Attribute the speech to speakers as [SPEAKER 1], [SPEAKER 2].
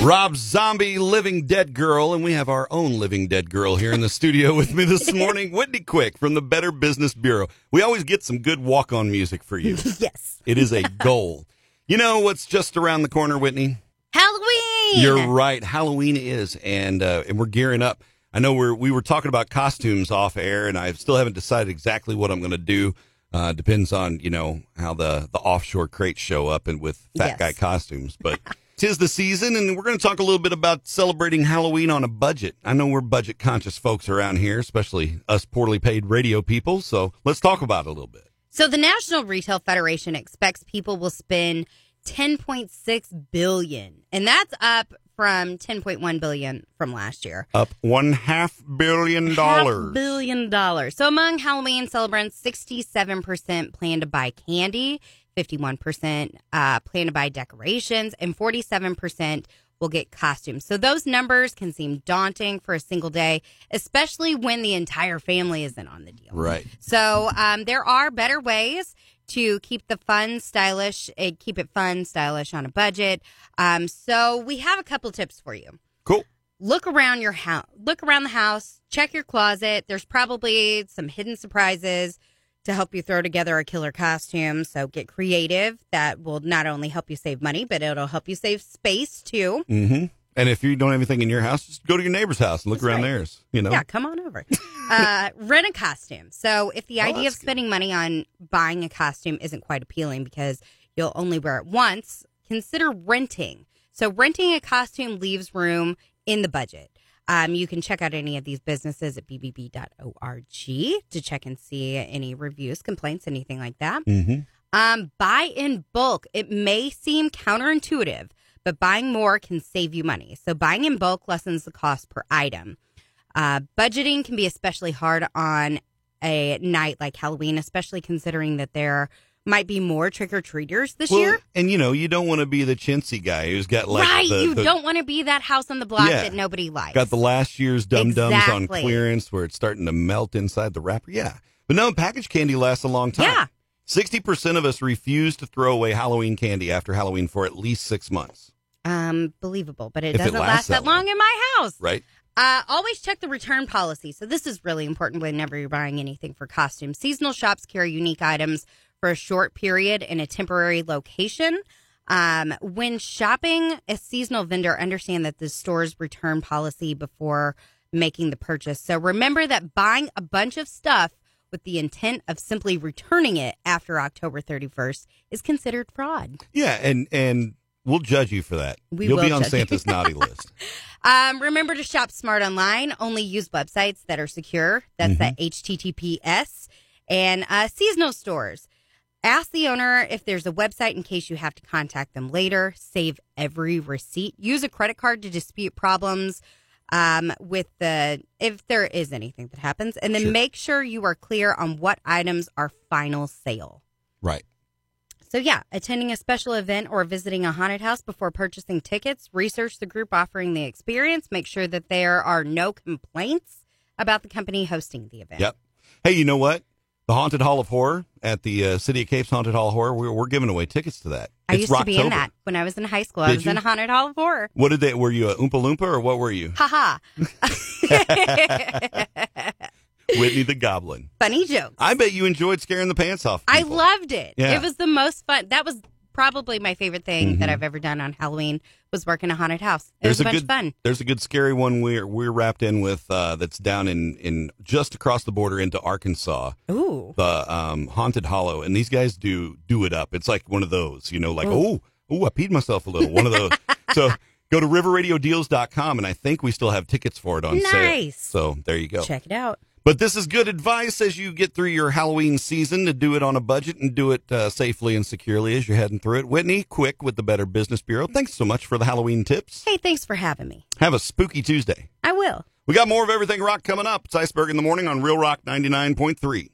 [SPEAKER 1] Rob Zombie, Living Dead Girl, and we have our own Living Dead Girl here in the studio with me this morning, Whitney Quick from the Better Business Bureau. We always get some good walk on music for you.
[SPEAKER 2] Yes.
[SPEAKER 1] It is a goal. You know what's just around the corner, Whitney?
[SPEAKER 2] Halloween.
[SPEAKER 1] You're right. Halloween is, and uh, and we're gearing up. I know we're we were talking about costumes off air, and I still haven't decided exactly what I'm going to do. Uh, depends on you know how the the offshore crates show up and with fat
[SPEAKER 2] Yes.
[SPEAKER 1] guy costumes, but. Tis the season, and we're going to talk a little bit about celebrating Halloween on a budget. I know we're budget conscious folks around here, especially us poorly paid radio people. So let's talk about it a little bit.
[SPEAKER 2] So the National Retail Federation expects people will spend 10.6 billion, and that's up from 10.1 billion from last year.
[SPEAKER 1] Up one half billion
[SPEAKER 2] Half
[SPEAKER 1] dollars.
[SPEAKER 2] billion dollars. So among Halloween celebrants, 67% plan to buy candy, 51% uh, plan to buy decorations, and 47% will get costumes. So those numbers can seem daunting for a single day, especially when the entire family isn't on the deal.
[SPEAKER 1] Right.
[SPEAKER 2] So um, there are better ways to keep the fun stylish, uh, keep it fun stylish on a budget. Um, so we have a couple tips for you.
[SPEAKER 1] Cool.
[SPEAKER 2] Look around your house. Look around the house. Check your closet. There's probably some hidden surprises to help you throw together a killer costume. So get creative. That will not only help you save money, but it'll help you save space too.
[SPEAKER 1] Mm-hmm. And if you don't have anything in your house, just go to your neighbor's house and look
[SPEAKER 2] That's
[SPEAKER 1] around
[SPEAKER 2] right.
[SPEAKER 1] theirs. You know,
[SPEAKER 2] Yeah, come on over. uh, rent a costume. So if the
[SPEAKER 1] Oh,
[SPEAKER 2] idea of
[SPEAKER 1] that's good.
[SPEAKER 2] spending money on buying a costume isn't quite appealing because you'll only wear it once, consider renting. So renting a costume leaves room in the budget. Um, you can check out any of these businesses at bbb.org to check and see any reviews, complaints, anything like that.
[SPEAKER 1] Mm-hmm.
[SPEAKER 2] Um, buy in bulk. It may seem counterintuitive, but buying more can save you money. So buying in bulk lessens the cost per item. Uh, budgeting can be especially hard on a night like Halloween, especially considering that there might be more trick or treaters this
[SPEAKER 1] Well,
[SPEAKER 2] year.
[SPEAKER 1] and you know, you don't want to be the chintzy guy who's got like
[SPEAKER 2] right?
[SPEAKER 1] the,
[SPEAKER 2] you
[SPEAKER 1] the-
[SPEAKER 2] don't want to be that house on the block
[SPEAKER 1] Yeah.
[SPEAKER 2] that nobody likes.
[SPEAKER 1] got the last year's dum dums on
[SPEAKER 2] Exactly.
[SPEAKER 1] clearance where it's starting to melt inside the wrapper. Yeah, but no, packaged candy lasts a long time.
[SPEAKER 2] Yeah.
[SPEAKER 1] sixty percent of us refuse to throw away Halloween candy after Halloween for at least six months.
[SPEAKER 2] um, believable, but
[SPEAKER 1] If
[SPEAKER 2] it
[SPEAKER 1] it
[SPEAKER 2] doesn't
[SPEAKER 1] lasts
[SPEAKER 2] last
[SPEAKER 1] that
[SPEAKER 2] that
[SPEAKER 1] long.
[SPEAKER 2] long in my house.
[SPEAKER 1] Right?
[SPEAKER 2] Uh, always check the return policy. So this is really important whenever you're buying anything for costumes. Seasonal shops carry unique items for a short period in a temporary location. Um, when shopping a seasonal vendor, understand that the store's return policy before making the purchase. So remember that buying a bunch of stuff with the intent of simply returning it after October 31st is considered fraud.
[SPEAKER 1] Yeah, and and we'll judge you for that.
[SPEAKER 2] We
[SPEAKER 1] You'll be
[SPEAKER 2] will
[SPEAKER 1] on
[SPEAKER 2] judge you.
[SPEAKER 1] Santa's naughty list.
[SPEAKER 2] Um, remember to shop smart online. Only use websites that are secure. That's the HTTPS and uh, seasonal stores. Ask the owner if there's a website in case you have to contact them later. Save every receipt. Use a credit card to dispute problems um, with the if there is anything that happens, and then
[SPEAKER 1] Sure.
[SPEAKER 2] make sure you are clear on what items are final sale.
[SPEAKER 1] Right.
[SPEAKER 2] So, yeah, attending a special event or visiting a haunted house before purchasing tickets, research the group offering the experience, make sure that there are no complaints about the company hosting the event.
[SPEAKER 1] Yep. Hey, you know what? The Haunted Hall of Horror at the uh, City of Capes Haunted Hall of Horror, we're, we're giving away tickets to that.
[SPEAKER 2] I
[SPEAKER 1] It's
[SPEAKER 2] used to be in
[SPEAKER 1] Rocktober.
[SPEAKER 2] that when I was in high school. I
[SPEAKER 1] Did
[SPEAKER 2] was
[SPEAKER 1] you?
[SPEAKER 2] in a haunted hall of horror.
[SPEAKER 1] What did they? Were you a Oompa Loompa or what were you?
[SPEAKER 2] Haha.
[SPEAKER 1] Whitney the Goblin.
[SPEAKER 2] Funny jokes.
[SPEAKER 1] I bet you enjoyed scaring the pants off.
[SPEAKER 2] I
[SPEAKER 1] people.
[SPEAKER 2] loved it.
[SPEAKER 1] Yeah.
[SPEAKER 2] It was the most fun. That was probably my favorite thing that I've ever done on Halloween was working a haunted house. It was a, bunch
[SPEAKER 1] good
[SPEAKER 2] of fun.
[SPEAKER 1] There's a good scary one we're we're wrapped in with uh, that's down in in just across the border into Arkansas,
[SPEAKER 2] Ooh.
[SPEAKER 1] the um, Haunted Hollow, and these guys do do it up. It's like one of those, you know, like oh
[SPEAKER 2] Ooh.
[SPEAKER 1] oh I peed myself a little. One of those. so go to riverradiodeals.com and I think we still have tickets for it on sale.
[SPEAKER 2] Nice.
[SPEAKER 1] So there you go.
[SPEAKER 2] Check it out.
[SPEAKER 1] But this is good advice as you get through your Halloween season to do it on a budget and do it uh, safely and securely as you're heading through it. Whitney Quick with the Better Business Bureau. Thanks so much for the Halloween tips.
[SPEAKER 2] Hey, thanks for having me.
[SPEAKER 1] Have a spooky Tuesday.
[SPEAKER 2] I will.
[SPEAKER 1] We got more of Everything Rock coming up. It's Iceberg in the Morning on Real Rock 99.3.